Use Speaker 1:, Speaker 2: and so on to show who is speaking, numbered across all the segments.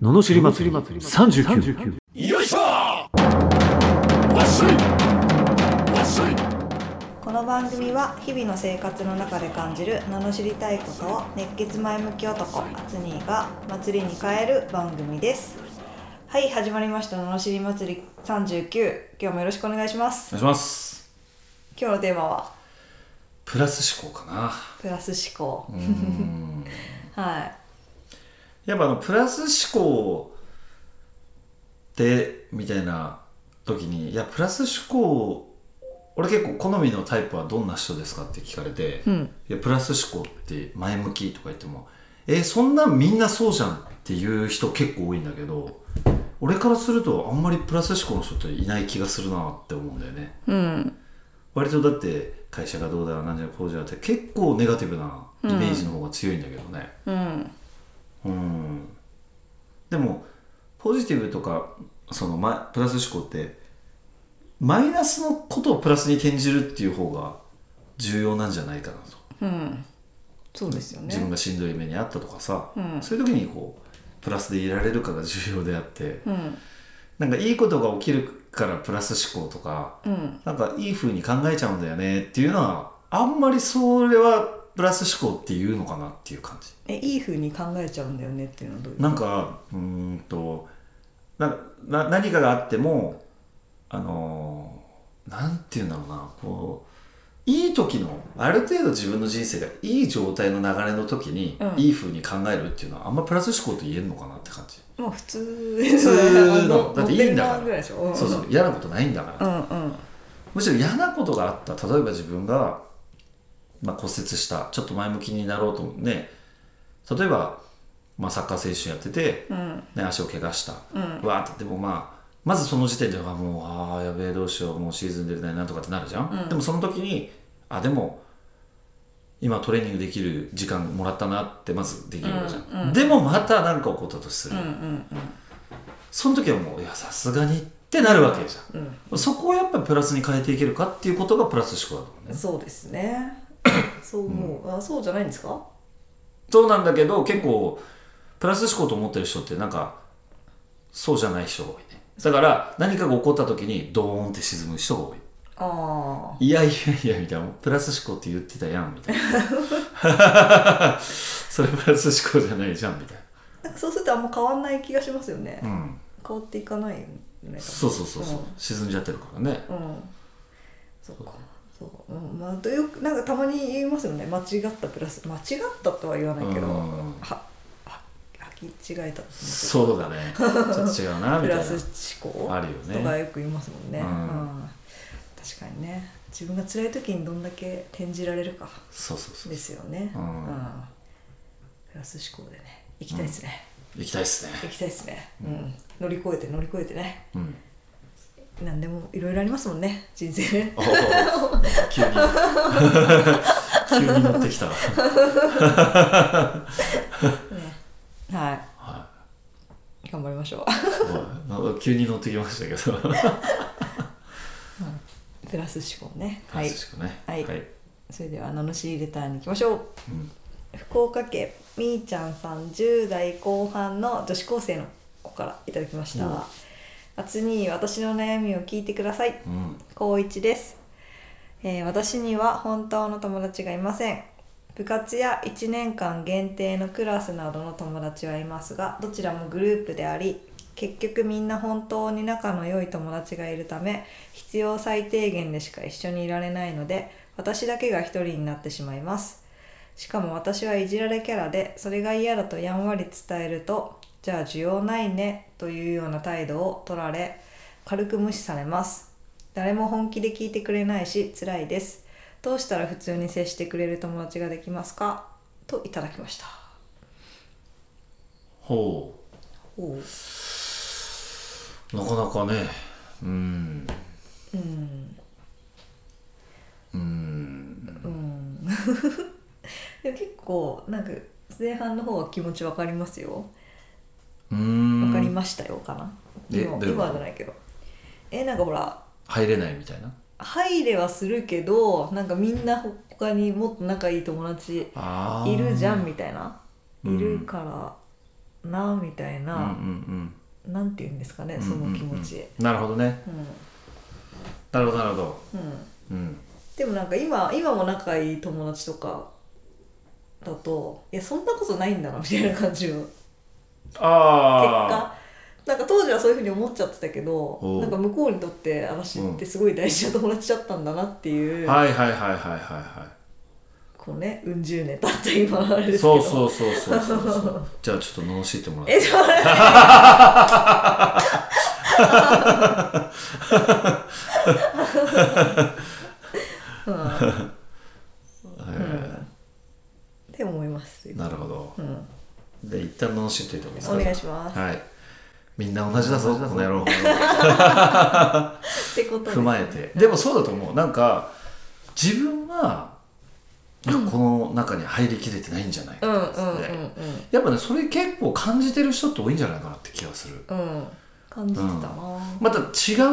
Speaker 1: ののしり祭り39
Speaker 2: よいしょわっしょいわっしょい
Speaker 3: この番組は日々の生活の中で感じる罵りたいことを熱血前向き男アツニーが祭りに変える番組ですはい始まりました罵り祭り39今日もよろしくお願いしま
Speaker 2: お
Speaker 3: す
Speaker 2: 願いします
Speaker 3: 今日のテーマは
Speaker 2: プラス思考かな
Speaker 3: プラス思考
Speaker 2: うーん
Speaker 3: はい
Speaker 2: やっぱあのプラス思考ってみたいな時にいやプラス思考俺結構好みのタイプはどんな人ですかって聞かれて、
Speaker 3: ん
Speaker 2: いやプラス思考って前向きとか言ってもえそんなんみんなそうじゃんっていう人結構多いんだけど俺からするとあんまりプラス思考の人っていない気がするなって思うんだよね
Speaker 3: うん
Speaker 2: 割とだって会社がどうだなんじゃこうじゃって結構ネガティブなイメージの方が強いんだけどね
Speaker 3: うん
Speaker 2: うんでもポジティブとかそのマイプラス思考ってマイナスのことをプラスに転じるっていう方が重要なんじゃないかなと、
Speaker 3: うんそうですよ
Speaker 2: 自分がしんどい目にあったとかさ、
Speaker 3: うん
Speaker 2: そういう時にこうプラスでいられるかが重要であって
Speaker 3: うん
Speaker 2: なんかいいことが起きるからプラス思考とか
Speaker 3: うん
Speaker 2: なんかいい風に考えちゃうんだよねっていうのはあんまりそれはプラス思考っていうのかなっていう感じ
Speaker 3: えいい風に考えちゃうんだよねっていうのはどういう
Speaker 2: なんかうーんとなな何かがあってもあのーなんていうんだろうなこういい時のある程度自分の人生がいい状態の流れの時に、
Speaker 3: うん
Speaker 2: いい風に考えるっていうのはあんまプラス思考と言えるのかなって感じ、
Speaker 3: もう普通
Speaker 2: 通の
Speaker 3: 乗
Speaker 2: だっていいんだから
Speaker 3: 乗ってるなぐらいでしょん
Speaker 2: そうそう嫌なことないんだから、
Speaker 3: うんうん
Speaker 2: むしろ嫌なことがあった例えば自分が、まあ、骨折したちょっと前向きになろうと思うね例えば、まあ、サッカー選手やってて、
Speaker 3: うん
Speaker 2: ね、足を怪我した、
Speaker 3: うん
Speaker 2: わーってでもまあまずその時点ではもうああやべえどうしようもうシーズン出れないなんとかってなるじゃん、でもその時にあでも今トレーニングできる時間もらったなってまずできるわけじゃん、でもまた何か起こったとする、その時はもういやさすがにってなるわけじゃん、そこをやっぱりプラスに変えていけるかっていうことがプラス思考だと思うね
Speaker 3: そうですね。 そう思う、あ、そうじゃないんですか。
Speaker 2: そうなんだけど結構プラス思考と思ってる人ってなんかそうじゃない人が多いねだから何かが起こった時にドーンって沈む人が多い
Speaker 3: あ
Speaker 2: いやいやいやみたいなプラス思考って言ってたやんみたいな それプラス思考じゃないじゃんみたい
Speaker 3: あ、なんかそうするとあんま変わんない気がしますよね。
Speaker 2: なうん
Speaker 3: 変わっていかないよね。
Speaker 2: そうそうそうそう、
Speaker 3: うん
Speaker 2: 沈んじゃってるからね
Speaker 3: うん。そうか。そう、うん、まあ、とよく、なんかたまに言いますよね。間違ったプラス、間違ったとは言わないけど。
Speaker 2: うん
Speaker 3: は、は、履き違えた。
Speaker 2: そうだねちょっと違うな
Speaker 3: プ
Speaker 2: みたい
Speaker 3: ラ
Speaker 2: な
Speaker 3: ス思考。
Speaker 2: あるよね
Speaker 3: とかよく言いますもんね。
Speaker 2: うん
Speaker 3: うん確かにね。自分が辛い時にどんだけ転じられるか。
Speaker 2: そうそうそう
Speaker 3: ですよね、
Speaker 2: うん
Speaker 3: プラス思考でね行きたいですね、
Speaker 2: 行きたいっすね
Speaker 3: 行きたいですね、うん乗り越えて乗り越えてね
Speaker 2: うん
Speaker 3: 何でもいろいろありますもんね人生ね
Speaker 2: おお急に 急に乗ってきた
Speaker 3: は
Speaker 2: はい
Speaker 3: 頑張りましょ
Speaker 2: いなんか急に乗ってきましたけど
Speaker 3: うプラス思考ねはい
Speaker 2: しくね
Speaker 3: はい
Speaker 2: はい
Speaker 3: それでは名のしレターに行きましょう、
Speaker 2: ん
Speaker 3: 福岡県みーちゃんさん10代後半の女子高生の子からいただきまし
Speaker 2: うん
Speaker 3: た「あつに私の悩みを聞いてください」
Speaker 2: うん
Speaker 3: 高一です、えー私には本当の友達がいません部活や1年間限定のクラスなどの友達はいますがどちらもグループであり結局みんな本当に仲の良い友達がいるため必要最低限でしか一緒にいられないので私だけが一人になってしまいますしかも私はいじられキャラでそれが嫌だとやんわり伝えるとじゃあ需要ないねというような態度を取られ軽く無視されます誰も本気で聞いてくれないし辛いですどうしたら普通に接してくれる友達ができますかといただきました
Speaker 2: ほ
Speaker 3: お
Speaker 2: う
Speaker 3: う
Speaker 2: なかなかねうん
Speaker 3: うん
Speaker 2: うん
Speaker 3: うんでも結構なんか前半の方は気持ちわかりますよ
Speaker 2: うーん
Speaker 3: わかりましたよかな、
Speaker 2: え
Speaker 3: 今
Speaker 2: どういうこと
Speaker 3: 今はじゃないけどえなんかほら
Speaker 2: 入れないみたいな
Speaker 3: 入れはするけどなんかみんな他にもっと仲いい友達
Speaker 2: あー
Speaker 3: いるじゃんみたいな
Speaker 2: うん
Speaker 3: いるからなみたい
Speaker 2: うんうん
Speaker 3: な、なんて言うんですかね
Speaker 2: うん
Speaker 3: その気持ち、
Speaker 2: うんうんうんなるほどねなるほどなるほど
Speaker 3: うんうん
Speaker 2: うん
Speaker 3: でもなんか今今も仲いい友達とかだといやそんなことないんだなみたいな感じの結
Speaker 2: ああ
Speaker 3: 果なんか当時はそういうふうに思っちゃってたけど
Speaker 2: おう
Speaker 3: なんか向こうにとって私ってすごい大事な友達だったんだなっていう、
Speaker 2: はいはいはいはいはいは
Speaker 3: こうねうん十年経った今のあれで
Speaker 2: い
Speaker 3: すけど
Speaker 2: そうそうそうそうそうそうじゃあちょっと罵ってもらって
Speaker 3: えじゃあ
Speaker 2: え
Speaker 3: って思います
Speaker 2: ーなるほど
Speaker 3: うん、
Speaker 2: で一旦罵っていてもいいです
Speaker 3: お
Speaker 2: か
Speaker 3: 願いします、
Speaker 2: はいみんな同じだぞこの野 郎
Speaker 3: ってことです
Speaker 2: 踏まえてでもそうだと思うなんか自分はなんかこの中に入りきれてないんじゃないか
Speaker 3: うん
Speaker 2: と
Speaker 3: うん
Speaker 2: かですね
Speaker 3: う
Speaker 2: やっぱねそれ結構感じてる人って多いんじゃないかなって気がする
Speaker 3: んうんうん感じてたな、
Speaker 2: また違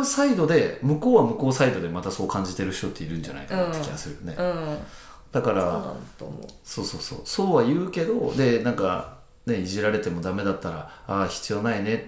Speaker 2: うサイドで向こうは向こうサイドでまたそう感じてる人っているんじゃないかなって気がするよね、
Speaker 3: うん
Speaker 2: だか
Speaker 3: そう
Speaker 2: ら
Speaker 3: なんだと思う
Speaker 2: そうそうそうそうは言うけどでなんかねいじられてもダメだったらああ必要ないねっ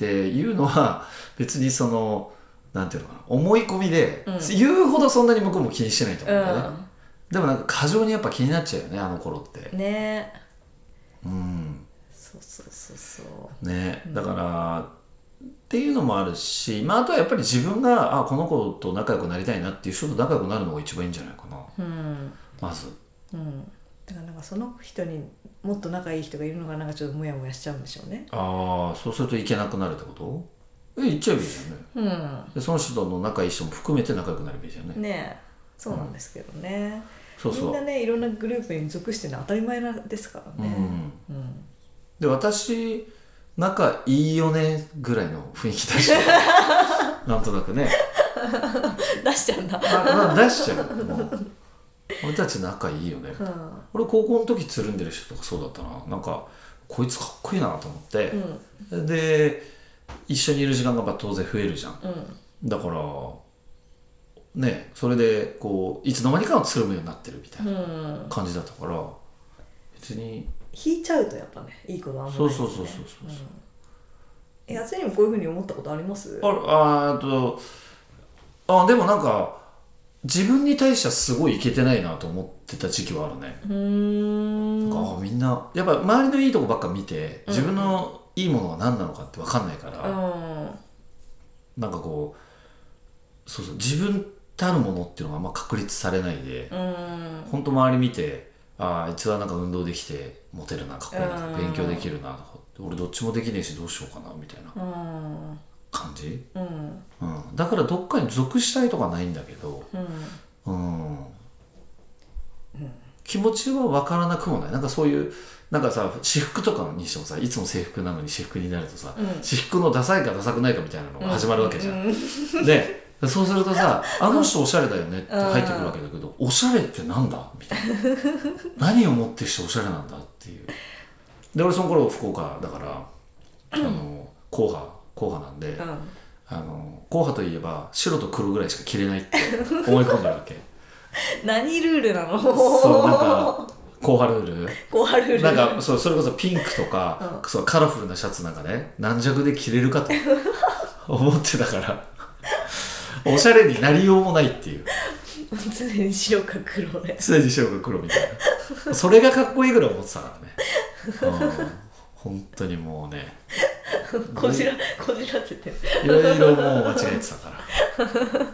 Speaker 2: ていうのは別にそのなんていうのかな思い込みで、
Speaker 3: うん
Speaker 2: 言うほどそんなに向こうも気にしてないと思うんだよね、
Speaker 3: う
Speaker 2: でもなんか過剰にやっぱ気になっちゃうよねあの頃って
Speaker 3: んね
Speaker 2: うん
Speaker 3: そうそうそうそう
Speaker 2: ねだから、っていうのもあるし、まあ、あとはやっぱり自分があこの子と仲良くなりたいなっていう人と仲良くなるのが一番いいんじゃないかな
Speaker 3: うん
Speaker 2: まず
Speaker 3: うんだからなんかその人にもっと仲いい人がいるのがなんかちょっとモヤモヤしちゃうんでしょうね
Speaker 2: ああそうするといけなくなるってことえ言っちゃえばいいじゃんね
Speaker 3: うん
Speaker 2: でその人との仲いい人も含めて仲良くなればいいじゃんね
Speaker 3: ねえそうなんですけどね、
Speaker 2: そうそう
Speaker 3: みんなねいろんなグループに属してるのは当たり前なんですからね
Speaker 2: うん
Speaker 3: うん
Speaker 2: で私仲いいよねぐらいの雰囲気出して なんとなくね
Speaker 3: 出しちゃうんだ
Speaker 2: なな出しちゃうもう俺たち仲いいよね
Speaker 3: うん
Speaker 2: 俺高校の時つるんでる人とかそうだったななんかこいつかっこいいなと思って
Speaker 3: う、ん
Speaker 2: で一緒にいる時間がまあ当然増えるじゃん
Speaker 3: うん
Speaker 2: だからねそれでこういつの間にかつるむようになってるみたいうなん感じだったから別に
Speaker 3: 引いちゃうとやっぱねいいことはあんまない
Speaker 2: そう
Speaker 3: です
Speaker 2: そう
Speaker 3: ね
Speaker 2: そうそうそう、
Speaker 3: んえあつにもこういうふうに思ったことあります
Speaker 2: ああーっとあでもなんか自分に対してはすごいいけてないなと思ってた時期はあるね、
Speaker 3: うーん
Speaker 2: なんかあみんなやっぱ周りのいいとこばっか見て自分のいいものが何なのかって分かんないから、
Speaker 3: うん
Speaker 2: なんかこうそうそう自分たるものっていうのがあんま確立されないで、
Speaker 3: うん
Speaker 2: ほんと周り見てああいつはなんか運動できてモテるなかっこいいな、
Speaker 3: うん
Speaker 2: 勉強できるなとか俺どっちもできねえしどうしようかなみたいな
Speaker 3: うん
Speaker 2: 感じ、
Speaker 3: うん
Speaker 2: うん、だからどっかに属したいとかないんだけど、うん気持ちは分からなくもないなんかそういうなんかさ私服とかにしてもさいつも制服なのに私服になるとさ、
Speaker 3: うん
Speaker 2: 私服のダサいかダサくないかみたいなのが始まるわけじゃん、
Speaker 3: うん
Speaker 2: でそうするとさ「あの人おしゃれだよね」って入ってくるわけだけど「おしゃれってなんだ?」みた いな何をもってしておしゃれなんだっていうで俺その頃福岡だからあ の硬派硬派なんであの硬派といえば白と黒ぐらいしか着れないって思い込んでるわ け
Speaker 3: 何ルールなの
Speaker 2: そうなんか硬派ルール
Speaker 3: こうあるルール
Speaker 2: なんかそうそれこそピンクとか、
Speaker 3: う
Speaker 2: そうカラフルなシャツなんかね軟弱で着れるか と思ってたからおしゃれになりようもないっていう
Speaker 3: 常に白か黒で
Speaker 2: 常に白が黒みたいなそれがかっこいいぐらい思ってたからね、うん、本当にもうね
Speaker 3: こじらこじらせてる
Speaker 2: いろいろもう間違えてたから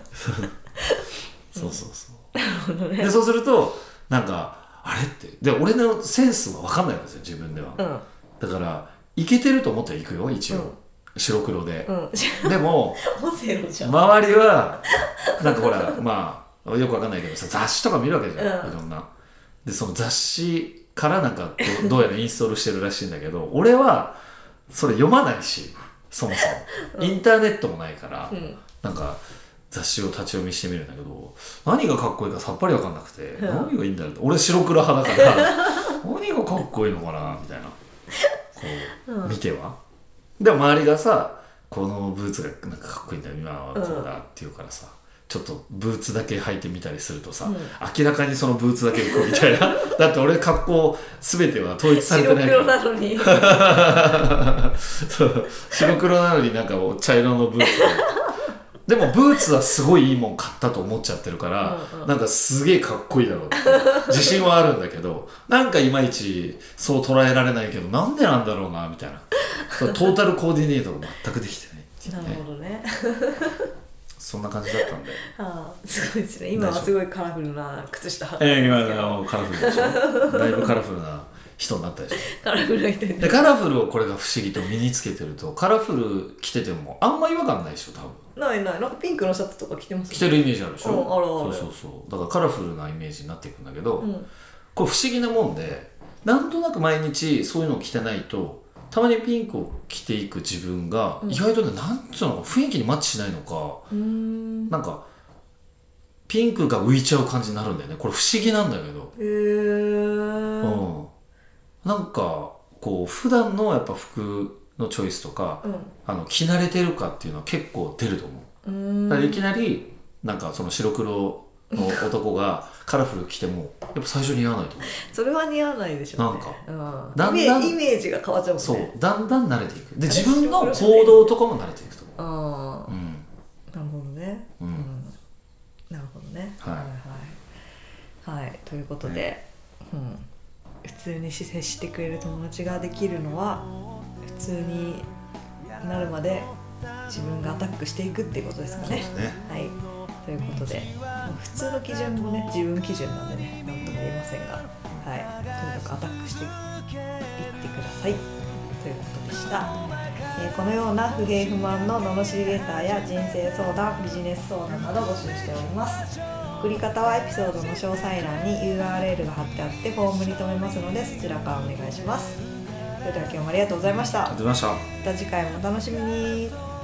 Speaker 2: そうそうそうでそうするとなんかあれってで俺のセンスは分かんないんですよ自分では、
Speaker 3: うん
Speaker 2: だからいけてると思ってはいくよ一応、
Speaker 3: うん
Speaker 2: 白黒で
Speaker 3: う、んじゃ
Speaker 2: でも
Speaker 3: あオセロじゃん
Speaker 2: 周りはなんかほらまあよくわかんないけどさ雑誌とか見るわけじゃん、
Speaker 3: うん
Speaker 2: いろんなでその雑誌からなんかどどうやらインストールしてるらしいんだけど俺はそれ読まないしそも そもインターネットもないから、
Speaker 3: うん
Speaker 2: なんか雑誌を立ち読みしてみるんだけど何がかっこいいかさっぱりわかんなくて、
Speaker 3: ん
Speaker 2: 何がいいんだろうって俺白黒派だから 何がかっこいいのかなみたいなこう見ては、でも周りがさこのブーツがなんかかっこいいんだよ今はこうだって言うからさ、ちょっとブーツだけ履いてみたりするとさ、
Speaker 3: うん
Speaker 2: 明らかにそのブーツだけ行こうみたいな だって俺格好全ては統一されて
Speaker 3: 白
Speaker 2: ない
Speaker 3: 黒なのに
Speaker 2: そう白黒なのになんかもう茶色のブーツでもブーツはすごいいいもん買ったと思っちゃってるから
Speaker 3: うんうん
Speaker 2: なんかすげえかっこいいだろうって自信はあるんだけどなんかいまいちそう捉えられないけどなんでなんだろうなみたいなそうトータルコーディネートが全くできてないって
Speaker 3: なる
Speaker 2: いうね
Speaker 3: ほどね
Speaker 2: そんな感じだったんで、
Speaker 3: ああすごいですね今はすごいカラフルな靴下履いて
Speaker 2: えー、今
Speaker 3: ますけど
Speaker 2: のカラフルでしょだいぶカラフルな人になったでしょ
Speaker 3: カラフルな人に
Speaker 2: でカラフルをこれが不思議と身につけてるとカラフル着ててもあんま違和感ないでしょ多分
Speaker 3: ないないなんかピンクのシャツとか着てます
Speaker 2: 着てるイメージあるでしょ、
Speaker 3: うんあるあ
Speaker 2: そ
Speaker 3: る
Speaker 2: うそうそうだからカラフルなイメージになっていくんだけど、
Speaker 3: うん
Speaker 2: これ不思議なもんでなんとなく毎日そういうのを着てないとたまにピンクを着ていく自分が
Speaker 3: うん
Speaker 2: 意外とね、なんつうの雰囲気にマッチしないのか
Speaker 3: うーん
Speaker 2: なんかピンクが浮いちゃう感じになるんだよねこれ不思議なんだけど、
Speaker 3: へー
Speaker 2: うん、なんかこう普段のやっぱ服のチョイスとかあの着慣れてるかっていうのは結構出ると思う
Speaker 3: うんう
Speaker 2: だからい
Speaker 3: ーん
Speaker 2: きなりなんかその白黒の男がカラフル着てもやっぱ最初に似合わないと思
Speaker 3: それは似合わないでしょうねうん
Speaker 2: だんだん
Speaker 3: イメイメージが変わっちゃうもん
Speaker 2: う
Speaker 3: ね
Speaker 2: そうだんだん慣れていくで
Speaker 3: 最
Speaker 2: 自
Speaker 3: 初
Speaker 2: 分の行動とかも慣れていくと思
Speaker 3: あ
Speaker 2: ううん
Speaker 3: あなるほどね
Speaker 2: う
Speaker 3: うんんなるほどね
Speaker 2: はい
Speaker 3: はいはいはいということでうん普通に接してくれる友達ができるのは普通になるまで自分がアタックしていくっていうことですかね
Speaker 2: ね
Speaker 3: はい、ということでまあ普通の基準もね自分基準なんでね何とも言えませんが、はい、とにかくアタックしていってくださいということでした、えーこのような不平不満の罵りレターや人生相談ビジネス相談など募集しております送り方はエピソードの詳細欄に URL が貼ってあってフォームに留めますのでそちらからお願いしますそれでは今日もありがとうございまし
Speaker 2: あ
Speaker 3: た
Speaker 2: りがとうございました
Speaker 3: また次回もお楽しみに